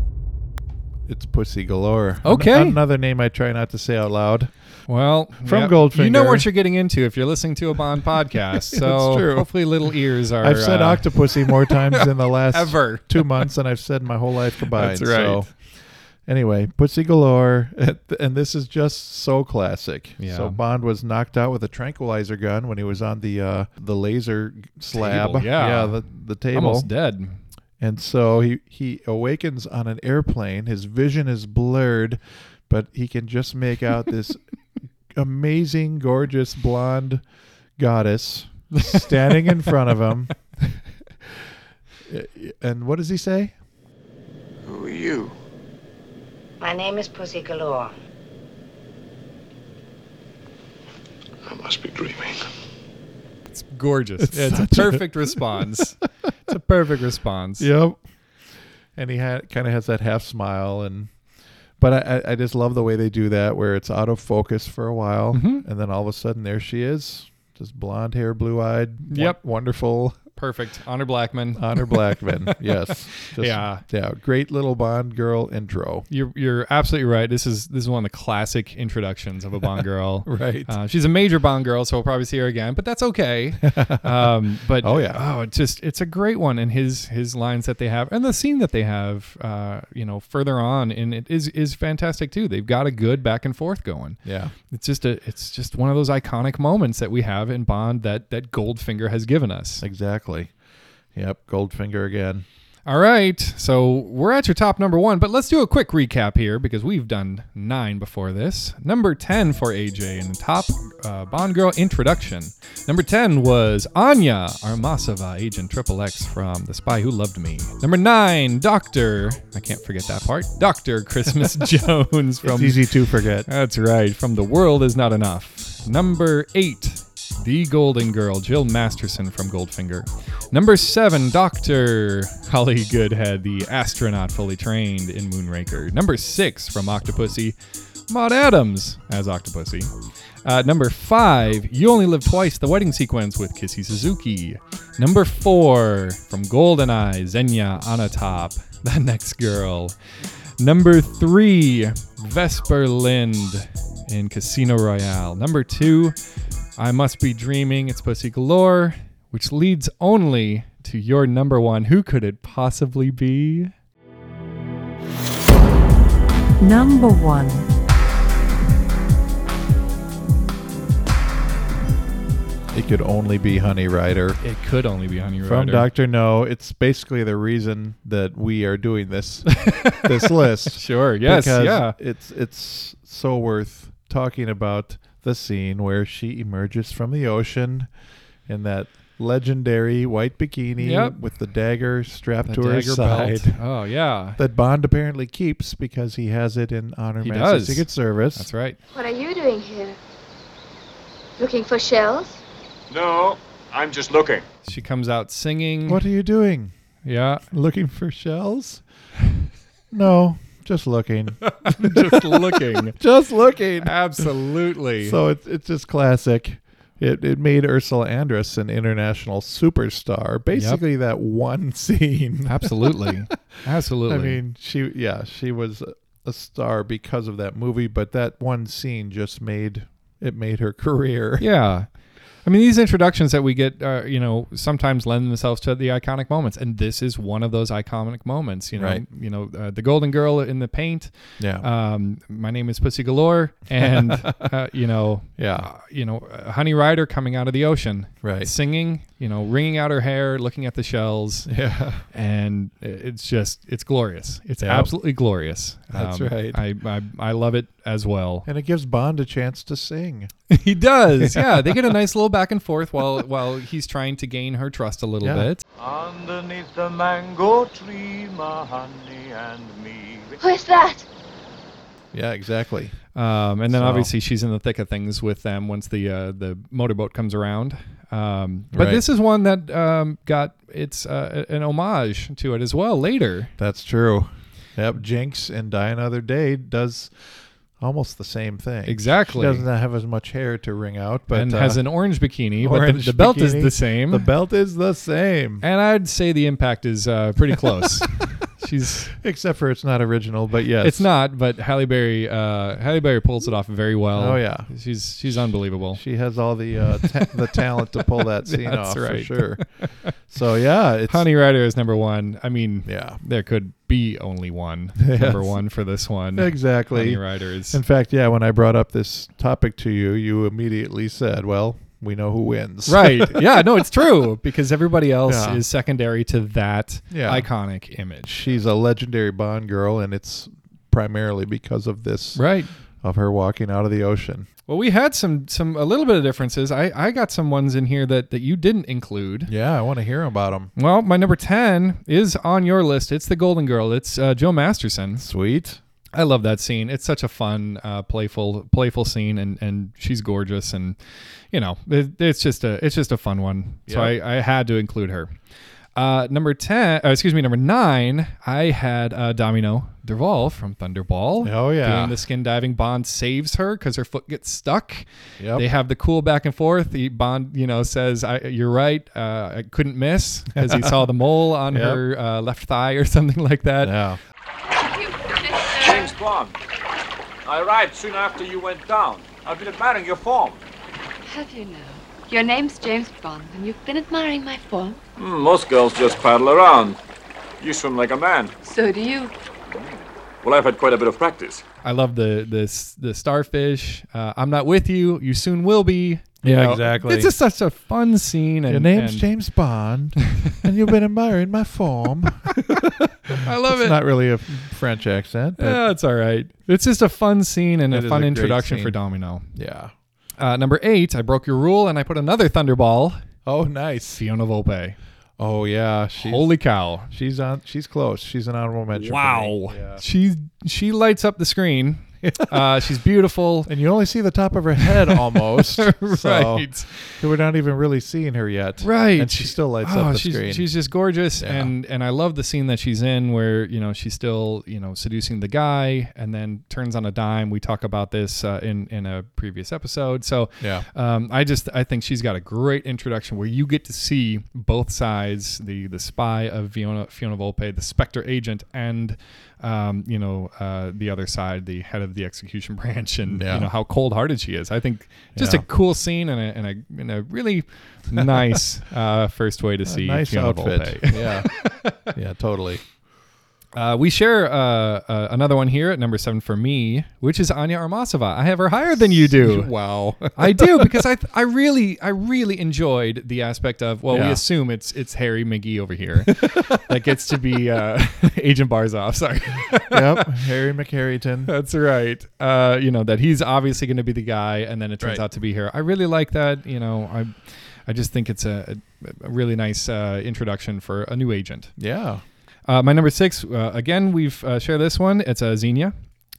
K: It's Pussy Galore.
L: Okay.
K: An- another name I try not to say out loud.
L: Well,
K: from
L: Yep.
K: Goldfinger.
L: You know what you're getting into if you're listening to a Bond podcast.
K: It's
L: So
K: true.
L: hopefully, little ears are.
K: I've said
L: uh,
K: octopussy more times in the last
L: Ever.
K: two months than I've said in my whole life combined.
L: That's right.
K: So, anyway, pussy galore, and this is just so classic.
L: Yeah.
K: So Bond was knocked out with a tranquilizer gun when he was on the uh, the laser slab.
L: Table, yeah.
K: the, the table.
L: Almost dead.
K: And so he he awakens on an airplane. His vision is blurred, but he can just make out this amazing, gorgeous blonde goddess standing in front of him. And what does he say?
H: Who are you?
E: My name is Pussy Galore.
H: I must be dreaming.
L: It's gorgeous.
K: It's
L: It's, a
K: such a-
L: perfect response. It's a perfect response.
K: Yep. And he had kind of has that half smile and but I, I- I just love the way they do that where it's out of focus for a while and then all of a sudden there she is. Just blonde hair, blue eyed,
L: Yep.
K: wonderful.
L: Perfect. Honor Blackman.
K: Honor Blackman, yes. Just-
L: yeah.
K: Yeah. Great little Bond girl intro.
L: You're you're absolutely right. This is this is one of the classic introductions of a Bond girl.
K: Right.
L: Uh, she's a major Bond girl, so we'll probably see her again, but that's okay. Um, but
K: Oh, yeah.
L: oh, it's just it's a great one, and his his lines that they have, and the scene that they have, uh, you know, further on, and it is is fantastic too. They've got a good back and forth going.
K: Yeah.
L: It's just a it's just one of those iconic moments that we have in Bond that that Goldfinger has given us.
K: Exactly. Yep. Goldfinger again.
L: All right, so we're at your top number one, but let's do a quick recap here because we've done nine before this. Number 10 for AJ in the top uh, Bond Girl introduction. Number 10 was Anya Armasova, Agent Triple X from The Spy Who Loved Me. Number 9, Dr. I can't forget that part. Dr. Christmas Jones from.
K: It's easy to forget.
L: That's right, from The World Is Not Enough. Number 8, the Golden Girl, Jill Masterson from Goldfinger. Number seven, Dr. Holly Goodhead, the astronaut fully trained in Moonraker. Number six, from Octopussy, Maud Adams as Octopussy. Uh, number five, You Only Live Twice, the wedding sequence with Kissy Suzuki. Number four, from Goldeneye, Zenya Anatop, the next girl. Number three, Vesper Lind in Casino Royale. Number two, I Must Be Dreaming, It's Pussy Galore, which leads only to your number one. Who could it possibly be?
A: Number one.
K: It could only be Honey Rider.
L: It could only be Honey Rider.
K: From Doctor No, it's basically the reason that we are doing this this list.
L: Sure, yes,
K: because
L: yeah.
K: It's it's so worth talking about the scene where she emerges from the ocean in that legendary white bikini
L: Yep.
K: with the dagger strapped
L: The
K: to her
L: dagger belt.
K: side.
L: Oh, yeah.
K: That Bond apparently keeps because he has it in honor
L: He
K: of
L: does.
K: Secret Service.
L: That's right.
C: What are you doing here? Looking for shells?
N: No, I'm just looking.
L: She comes out singing.
K: What are you doing?
L: Yeah.
K: Looking for shells? No, just looking.
L: Just looking.
K: just looking.
L: Absolutely.
K: So it's it's just classic. It it made Ursula Andress an international superstar. Basically that one scene.
L: Absolutely. Absolutely.
K: I mean, she yeah, she was a star because of that movie, but that one scene just made it made her career.
L: Yeah. I mean, these introductions that we get, uh, you know, sometimes lend themselves to the iconic moments, and this is one of those iconic moments. You know,
K: Right.
L: you know, uh, the Golden Girl in the paint.
K: Yeah.
L: Um, my name is Pussy Galore, and uh, you know,
K: Yeah.
L: uh, you know, uh, Honey Rider coming out of the ocean,
K: Right.
L: Singing, you know, wringing out her hair, looking at the shells.
K: Yeah.
L: And it's just, it's glorious. It's
K: Yep.
L: absolutely glorious. Um,
K: That's right.
L: I, I I love it as well.
K: And it gives Bond a chance to sing.
L: He does. Yeah, they get a nice little back and forth while while he's trying to gain her trust a little
K: Yeah.
L: bit.
G: Underneath the mango tree, my honey and me.
C: Where's that?
K: Yeah, exactly.
L: Um, and then
K: So-
L: obviously she's in the thick of things with them once the uh, the motorboat comes around. Um, but
K: Right.
L: this is one that um, got it's uh, an homage to it as well later.
K: That's true. Yep, Jinx and Die Another Day does almost the same thing.
L: Exactly.
K: She doesn't have as much hair to wring out, but
L: and
K: uh,
L: has an orange bikini, but the-
K: orange
L: the, belt is
K: bikini.
L: the same.
K: The belt is the same,
L: and I'd say the impact is uh, pretty close. She's
K: except for it's not original. But yes,
L: It's not, but Halle Berry, uh, Halle Berry pulls it off very well.
K: Oh, yeah.
L: she's she's unbelievable.
K: She has all the uh, ta- the talent to pull that scene
L: That's
K: off for
L: right.
K: sure. So yeah, it's
L: Honey Rider is number one. I mean,
K: yeah,
L: there could be only one
K: Yes.
L: number one for this one.
K: exactly.
L: Honey Rider is
K: In fact, yeah, when I brought up this topic to you, you immediately said, "Well, we know who wins."
L: right. Yeah, no, it's true because everybody else
K: Yeah.
L: is secondary to that
K: Yeah.
L: iconic image.
K: she's a legendary Bond girl, and it's primarily because of this,
L: Right.
K: Of her walking out of the ocean.
L: Well, we had some some a little bit of differences. I I got some ones in here that that you didn't include.
K: Yeah, I want to hear about them.
L: Well, my number 10 is on your list. It's The Golden Girl. It's uh, Joe Masterson.
K: Sweet.
L: I love that scene. It's such a fun, uh, playful, playful scene, and, and she's gorgeous, and you know, it, it's just a it's just a fun one. So
K: Yeah.
L: I, I had to include her. Uh, number ten, uh, excuse me, number nine. I had uh, Domino Duval from Thunderball.
K: Oh, yeah.
L: doing the skin diving. Bond saves her because her foot gets stuck.
K: Yep.
L: They have the cool back and forth. The Bond, you know, says, I, "You're right. Uh, I couldn't miss because he saw the mole on
K: Yep.
L: her uh, left thigh or something like that."
K: Yeah.
N: James Bond. I arrived soon after you went down. I've been admiring your form.
C: Have you now? Your name's James Bond, and you've been admiring my form.
N: Hmm, most girls just paddle around. You swim like a man. Hmm.
C: So do you.
N: Well, I've had quite a bit of practice.
L: I love the this the starfish. Uh, I'm not with you. You soon will be. You
K: Yeah,
L: know,
K: exactly.
L: It's just such a fun scene. And,
K: Your name's
L: and-
K: James Bond, and you've been admiring my form.
L: I love
K: it's
L: it.
K: not really a French accent, but
L: Yeah, it's all right. It's just a fun scene and
K: It
L: a
K: is
L: fun
K: a great
L: introduction
K: scene.
L: for Domino.
K: yeah.
L: Uh, number eight, I broke your rule and I put another Thunderball.
K: Oh, nice.
L: Fiona Volpe.
K: Oh yeah. She's,
L: Holy cow!
K: She's on. She's close. She's an honorable mention. for me.
L: Wow.
K: Yeah.
L: She she lights up the screen. uh, she's beautiful.
K: And you only see the top of her head almost.
L: Right.
K: So we're not even really seeing her yet.
L: Right.
K: And she still lights
L: Oh,
K: up the
L: she's,
K: screen.
L: She's just gorgeous,
K: Yeah.
L: and and I love the scene that she's in where you know she's still you know seducing the guy, and then turns on a dime. We talk about this uh, in in a previous episode. So
K: Yeah.
L: um, I just I think she's got a great introduction where you get to see both sides the the spy of Fiona Fiona Volpe, the Spectre agent, and um, you know uh, the other side, the head of the execution branch, and
K: Yeah.
L: you know how cold hearted she is. I think just
K: Yeah.
L: a cool scene and a, and a, and a really nice uh, first way to
K: A
L: see
K: nice
L: Fiona
K: outfit.
L: Volpe.
K: yeah. Yeah. Totally.
L: Uh, we share uh, uh, another one here at number seven for me, which is Anya Armasova. I have her higher than you do.
I: Wow.
L: I do because I th- I really I really enjoyed the aspect of well we
I: Yeah.
L: assume it's it's Harry McGee over here that gets to be uh, Agent Barzov. Sorry.
K: Yep, Harry McHarrington.
L: That's right. Uh, you know that he's obviously going to be the guy, and then it turns
K: Right.
L: out to be her. I really like that. You know, I I just think it's a, a really nice uh, introduction for a new agent.
K: Yeah.
L: Uh, my number six, uh, again, we've uh, shared this one. It's a Xenia.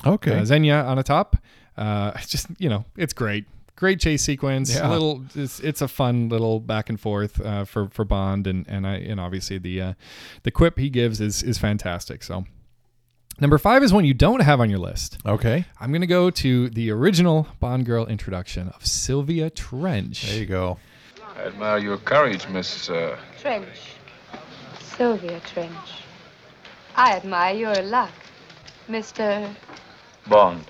K: Okay.
L: Uh, Xenia on a top. Uh, it's just, you know, it's great. Great chase sequence.
K: Yeah.
L: Little, it's, it's a fun little back and forth uh, for for Bond, and and I and obviously the uh, the quip he gives is is fantastic. So, number five is one you don't have on your list.
K: Okay,
L: I'm gonna go to the original Bond girl introduction of Sylvia Trench. There
K: you go.
P: I admire your courage, Miss. Uh,
Q: Trench. Sylvia Trench. I admire your luck, Mr.
P: Bond.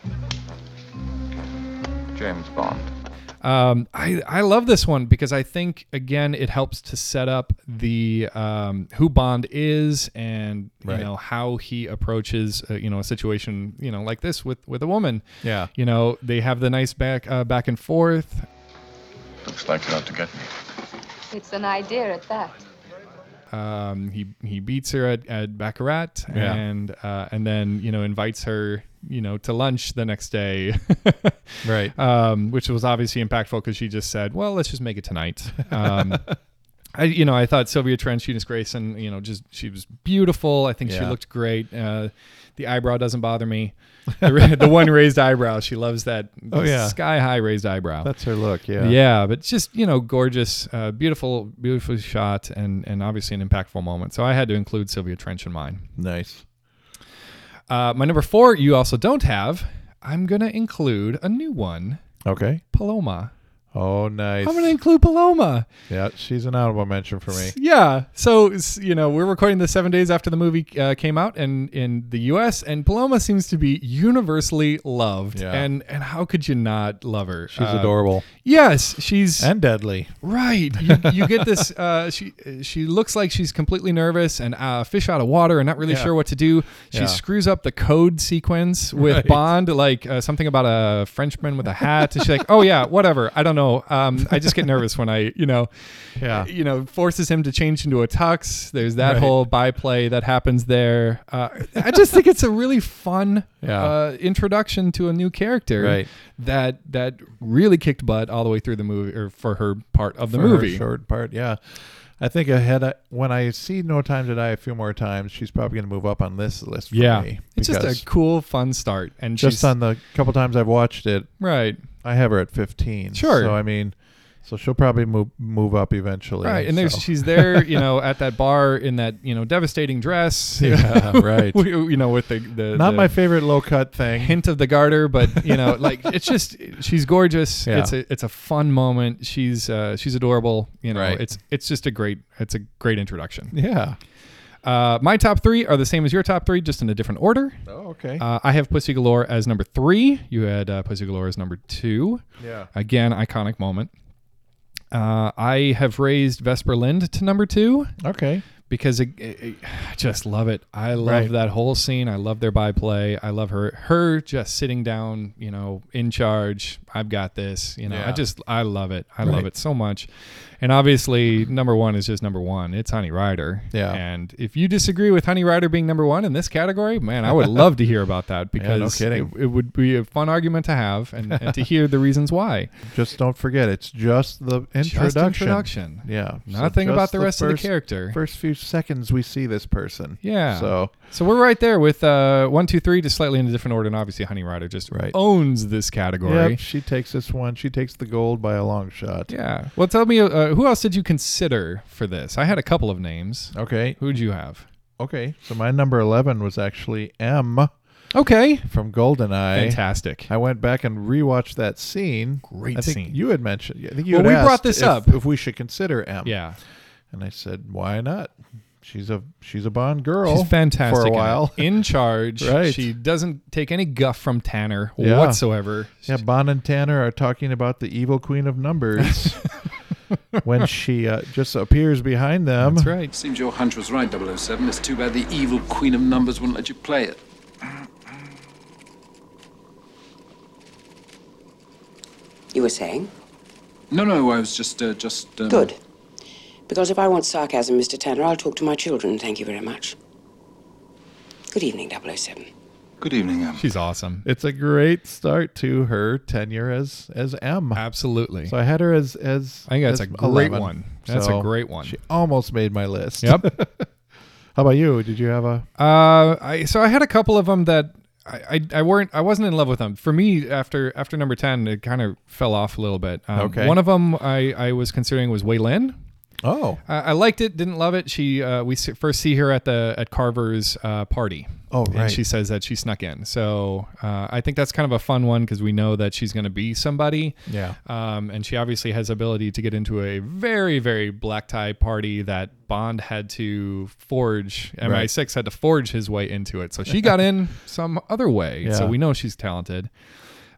P: James Bond.
L: Um, I I love this one because I think again it helps to set up the um, who Bond is and
K: Right.
L: you know how he approaches uh, you know a situation you know like this with with a woman.
K: Yeah.
L: You know they have the nice back uh, back and forth.
P: Looks like you're out to get me.
Q: It's an idea at that.
L: Um, he he beats her at, at Baccarat
K: Yeah.
L: and uh, and then you know invites her you know to lunch the next day.
K: Right.
L: Um, which was obviously impactful because she just said, "Well, let's just make it tonight." Um, I, you know, I thought Sylvia Trench, Eunice Grayson, you know, just she was beautiful. I think she
K: Yeah.
L: looked great. Uh, the eyebrow doesn't bother me. The, ra- the one raised eyebrow, she loves that.
K: Oh, yeah.
L: sky high raised eyebrow.
K: That's her look, yeah.
L: yeah. But just you know, gorgeous, uh, beautiful, beautiful shot, and and obviously an impactful moment. So I had to include Sylvia Trench in mine.
K: Nice.
L: Uh, my number four, you also don't have. I'm gonna include a new one,
K: Okay.
L: Paloma.
K: Oh, nice.
L: I'm gonna include Paloma.
K: Yeah, she's an honorable mention for me.
L: Yeah. So s- you know, we're recording this seven days after the movie uh, came out, and in the U.S. and Paloma seems to be universally loved.
K: Yeah.
L: And and how could you not love her?
K: She's
L: Uh,
K: adorable.
L: Yes, she's
K: Um, and deadly.
L: Right. You, you get this. Uh, she she looks like she's completely nervous and uh, fish out of water and not really
K: Yeah.
L: sure what to do. She
K: Yeah.
L: screws up the code sequence with
K: Right.
L: Bond, like uh, something about a Frenchman with a hat. And she's like, "Oh yeah, whatever. I don't know. Um, I just get nervous when I, you know,
K: Yeah.
L: you know, forces him to change into a tux. There's that
K: Right.
L: whole byplay that happens there. Uh, I just think it's a really fun
K: Yeah.
L: uh, introduction to a new character
K: Right.
L: that that really kicked butt all the way through the movie or for her part of the
K: For her
L: movie.
K: short part, yeah. I think ahead I, when I see No Time to Die a few more times, she's probably going to move up on this list. For
L: Yeah.
K: me
L: It's just
K: because
L: a cool, fun start. And
K: just
L: she's,
K: on the couple times I've watched it.
L: Right.
K: I have her at 15.
L: Sure.
K: So I mean, so she'll probably move move up eventually.
L: Right, and there's
K: so.
L: she's there, you know, at that bar in that you know devastating dress. you
K: Yeah,
L: know,
K: right.
L: You know, with the, the
K: Not
L: the
K: my favorite low cut thing.
L: hint of the garter, but you know, like it's just she's gorgeous.
K: Yeah.
L: It's a it's a fun moment. She's uh, she's adorable. You know,
K: Right.
L: it's it's just a great it's a great introduction.
K: Yeah.
L: Uh, my top three are the same as your top three, just in a different order.
K: Oh, okay.
L: Uh, I have Pussy Galore as number three. You had uh, Pussy Galore as number two.
K: Yeah.
L: Again, iconic moment. Uh, I have raised Vesper Lind to number two.
K: Okay.
L: Because it, it- it- I just love it. I love
K: Right.
L: that whole scene. I love their byplay. I love her her just sitting down, you know, in charge. I've got this. You know, I
K: Yeah.
L: just I love it. I love
K: Right.
L: it so much. And obviously, number one is just number one. It's Honey Rider.
K: Yeah.
L: And if you disagree with Honey Rider being number one in this category, man, I would love to hear about that
K: Yeah, no
L: because
K: kidding.
L: It, it would be a fun argument to have and, and to hear the reasons why.
K: Just don't forget, it's just the introduction.
L: introduction.
K: Yeah. So
L: Nothing about
K: just
L: the rest of the
K: first-
L: character.
K: First few seconds we see this person.
L: Yeah.
K: So
L: so we're right there with uh, one, two, three, just slightly in a different order. And obviously, Honey Rider just owns this category.
K: Yep, she takes this one. She takes the gold by a long shot.
L: Yeah. Well, tell me, uh, who else did you consider for this? I had a couple of names.
K: Okay.
L: Who'd you have?
K: Okay. So my number 11 was actually M.
L: Okay.
K: From Goldeneye.
L: Fantastic.
K: I went back and rewatched that scene.
L: Great
K: I think
L: scene.
K: You had mentioned. I think you
L: Well,
K: had
L: we brought
K: asked
L: this
K: if-
L: up.
K: if we should consider M.
L: Yeah.
K: And I said, why not? She's a she's a Bond girl.
L: She's fantastic
K: for
L: in
K: a
L: it.
K: while.
L: In charge.
K: Right.
L: She doesn't take any guff from Tanner
K: Yeah.
L: whatsoever.
K: Yeah, Bond and Tanner are talking about the evil queen of numbers. when she uh, just appears behind them.
I: That's right. Seems your hunch was right, 007. It's too bad the evil queen of numbers wouldn't let you play it.
S: You were saying?
I: No, no, I was just, uh, just. Um,
S: Good. Because if I want sarcasm, Mr. Tanner, I'll talk to my children. Thank you very much. Good evening, 007.
K: Good evening, um, M.
L: She's awesome.
K: It's a great start to her tenure as as M.
L: Absolutely.
K: So I had her as as.
L: I think that's
K: as
L: a great
K: 11.
L: one. That's
K: So
L: a great one.
K: She almost made my list.
L: Yep.
K: How about you? Did you have a?
L: Uh, I so I had a couple of them that I, I I weren't I wasn't in love with them. For me, after after number ten, it kind of fell off a little bit. Um,
K: Okay.
L: One of them I I was considering was Wei Lin.
K: Oh.
L: I, I liked it, didn't love it. She uh, we s- first see her at the at Carver's uh, party.
K: Oh,
L: And
K: right.
L: she says that she snuck in. So uh, I think that's kind of a fun one because we know that she's going to be somebody.
K: Yeah.
L: Um, and she obviously has ability to get into a very very black tie party that Bond had to forge. MI6 had to forge his way into it. So she got in some other way. So
K: Yeah.
L: we know she's talented.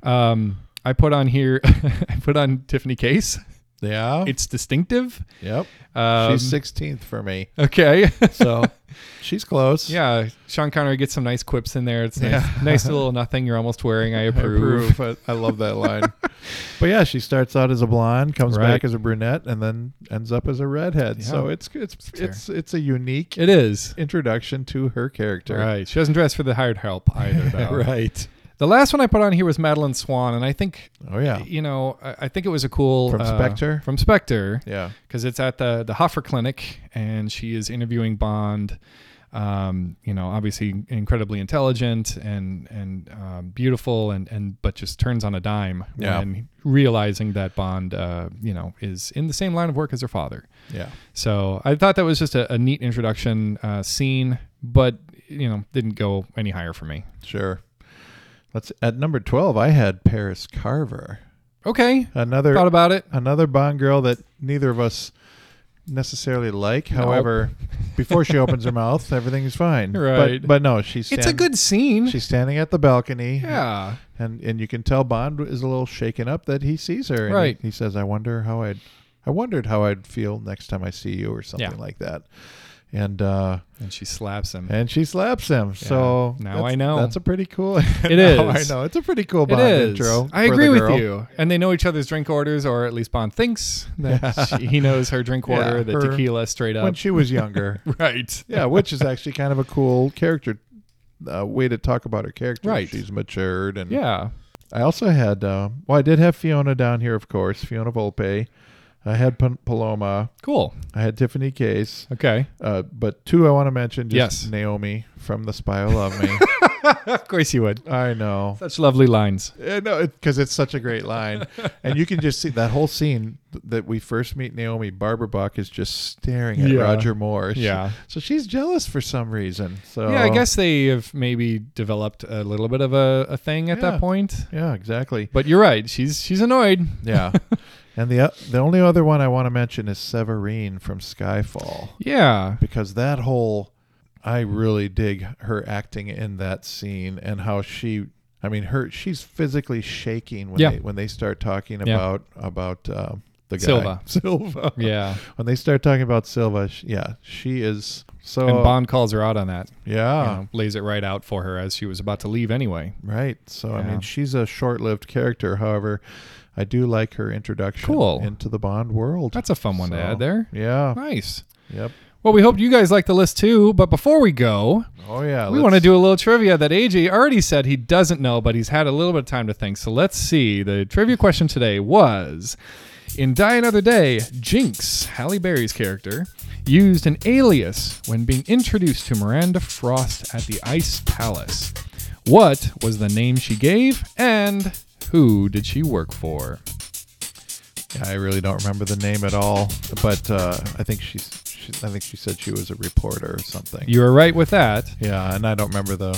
L: Um, I put on here. I put on Tiffany Case.
K: Yeah.
L: It's distinctive.
K: Yep.
L: Um,
K: She's 16th for me.
L: Okay.
K: so she's close.
L: Yeah, Sean Connery gets some nice quips in there. It's nice,
K: Yeah.
L: nice little nothing you're almost wearing.
K: I
L: I approve.
K: approve. I, I love that line. but yeah, she starts out as a blonde, comes
L: Right.
K: back as a brunette, and then ends up as a redhead.
L: Yeah.
K: So it's it's
L: fair.
K: it's it's a unique
L: It is.
K: introduction to her character.
L: Right. She doesn't dress for the hired help either, though.
K: Right.
L: The last one I put on here was Madeline Swan, and I think,
K: Oh yeah.
L: you know, I I think it was a cool uh,
K: From Spectre?
L: From Spectre,
K: Yeah.
L: because it's at the the Hoffer Clinic, and she is interviewing Bond. Um, you know, obviously incredibly intelligent and and um, beautiful, and and but just turns on a dime
K: Yeah.
L: when realizing that Bond, uh, you know, is in the same line of work as her father.
K: Yeah.
L: So I thought that was just a, a neat introduction uh, scene, but you know, didn't go any higher for me.
K: Sure. Let's at number twelve. I had Paris Carver.
L: Okay.
K: Another
L: Thought about it.
K: Another Bond girl that neither of us necessarily like. However, before she opens her mouth, everything's fine. But-
L: Right.
K: But, no, she's
L: It's a good scene.
K: She's standing at the balcony.
L: Yeah.
K: And and you can tell Bond is a little shaken up that he sees her. and he-
L: Right.
K: He, says, "I wonder how I'd, I wondered how I'd feel next time I see you, or something like that." And uh,
L: And she slaps him.
K: and she slaps him. so
L: now
K: that's-
L: I know.
K: that's a pretty cool.
L: It is.
K: Now I know it's a pretty cool Bond intro. for
L: I
K: the
L: agree with
K: girl.
L: you. And they know each other's drink orders, or at least Bond thinks that she, he knows her drink
K: Yeah,
L: order, the
K: her-
L: tequila straight up.
K: when she was younger.
L: right.
K: yeah, which is actually kind of a cool character uh, way to talk about her character.
L: Right.
K: she's matured and
L: Yeah.
K: I also had uh, well, I did have Fiona down here, of course, Fiona Volpe. I had Pal- Paloma.
L: Cool.
K: I had Tiffany Case.
L: Okay.
K: Uh, but two I want to mention. Just
L: Yes.
K: Naomi from The Spy Who Loved Me.
L: Of course you would.
K: I know.
L: Such lovely lines.
K: Yeah, no, because it's such a great line, and you can just see that whole scene th- that we first meet Naomi Barberbach is just staring at
L: Yeah.
K: Roger Moore. She-
L: Yeah.
K: so she's jealous for some reason. So
L: Yeah, I guess they have maybe developed a little bit of a, a thing at
K: Yeah.
L: that point.
K: Yeah, exactly.
L: But you're right. She's she's annoyed.
K: Yeah, and the o- the only other one I want to mention is Severine from Skyfall
L: Yeah.
K: because that whole I really dig her acting in that scene and how she. I mean, her she's physically shaking when
L: Yeah.
K: they when they start talking
L: Yeah.
K: about about um, the guy
L: Silva.
K: Silva.
L: Yeah.
K: when they start talking about Silva, sh yeah, she is so.
L: and Bond calls her out on that.
K: Yeah.
L: You know, lays it right out for her as she was about to leave anyway.
K: Right. So, I
L: Yeah.
K: mean, she's a short lived character. However, I do like her introduction
L: Cool.
K: into the Bond world.
L: That's a fun one to
K: So,
L: add there.
K: Yeah.
L: Nice.
K: Yep.
L: Well, we hope you guys like the list too. But before we go,
K: Oh, yeah.
L: we
K: let's-
L: want to do a little trivia that AJ already said he doesn't know, but he's had a little bit of time to think. So let's see. The trivia question today was In Die Another Day, Jinx, Halle Berry's character, used an alias when being introduced to Miranda Frost at the Ice Palace. What was the name she gave, and who did she work for?
K: I really don't remember the name at all, but uh, I think she's. She, I think she said she was a reporter or something.
L: You were right with that.
K: yeah, and I don't remember the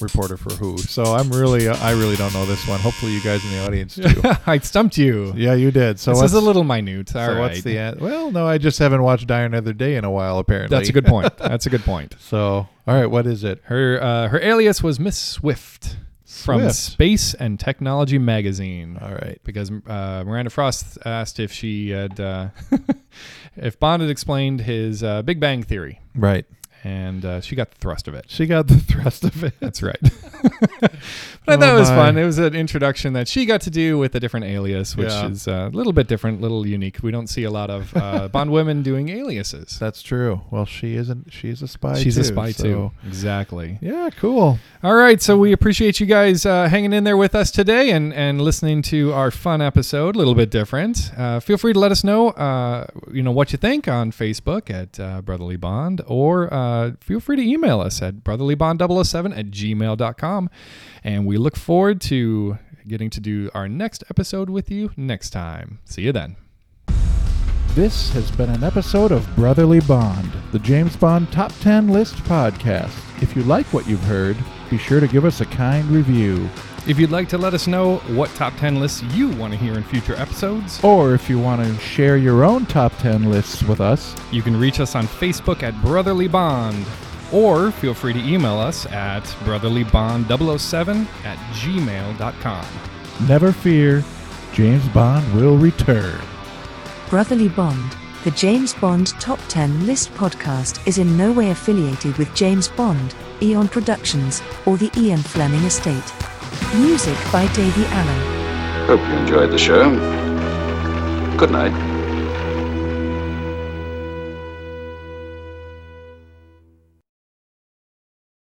K: reporter for who. So I'm really, I really don't know this one. Hopefully, you guys in the audience do.
L: I stumped you.
K: yeah, you did. So
L: this is
K: what's-
L: a little minute. All
K: so
L: right.
K: what's the an- well? No, I just haven't watched Die Another Day in a while. Apparently,
L: That's a good point. That's a good point.
K: so, all right, what is it?
L: Her uh, her alias was Miss Swift. from
K: Swift.
L: Space and Technology magazine.
K: All right,
L: because uh, Miranda Frost asked if she had, uh, if Bond had explained his uh, Big Bang Theory,
K: Right.
L: and uh, she got the thrust of it.
K: She got the thrust of it.
L: That's right. But I thought it was fun. It was an introduction that she got to do with a different alias, which
K: Yeah.
L: is uh, a little bit different, little unique. We don't see a lot of uh, Bond women doing aliases.
K: That's true. Well, she isn't. She's a spy.
L: She's
K: too,
L: a spy
K: so-
L: too. Exactly.
K: Yeah, cool.
L: All right, so we appreciate you guys uh, hanging in there with us today and, and listening to our fun episode, a little bit different. Uh, feel free to let us know, uh, you know, what you think on Facebook at uh, Brotherly Bond, or uh, feel free to email us at brotherlybond007 at gmail.com. And we look forward to getting to do our next episode with you next time. See you then.
K: This has been an episode of Brotherly Bond, the James Bond Top 10 List podcast. If you like what you've heard, be sure to give us a kind review.
L: If you'd like to let us know what top 10 lists you want to hear in future episodes,
K: Or if you want to share your own top 10 lists with us,
L: You can reach us on Facebook at Brotherly Bond, or feel free to email us at brotherlybond007 at gmail.com.
K: never fear, James Bond will return.
A: Brotherly Bond, the James Bond Top 10 List podcast is in no way affiliated with James Bond, Eon Productions, or the Ian Fleming Estate. Music by Davey Allen.
F: Hope you enjoyed the show. Good night.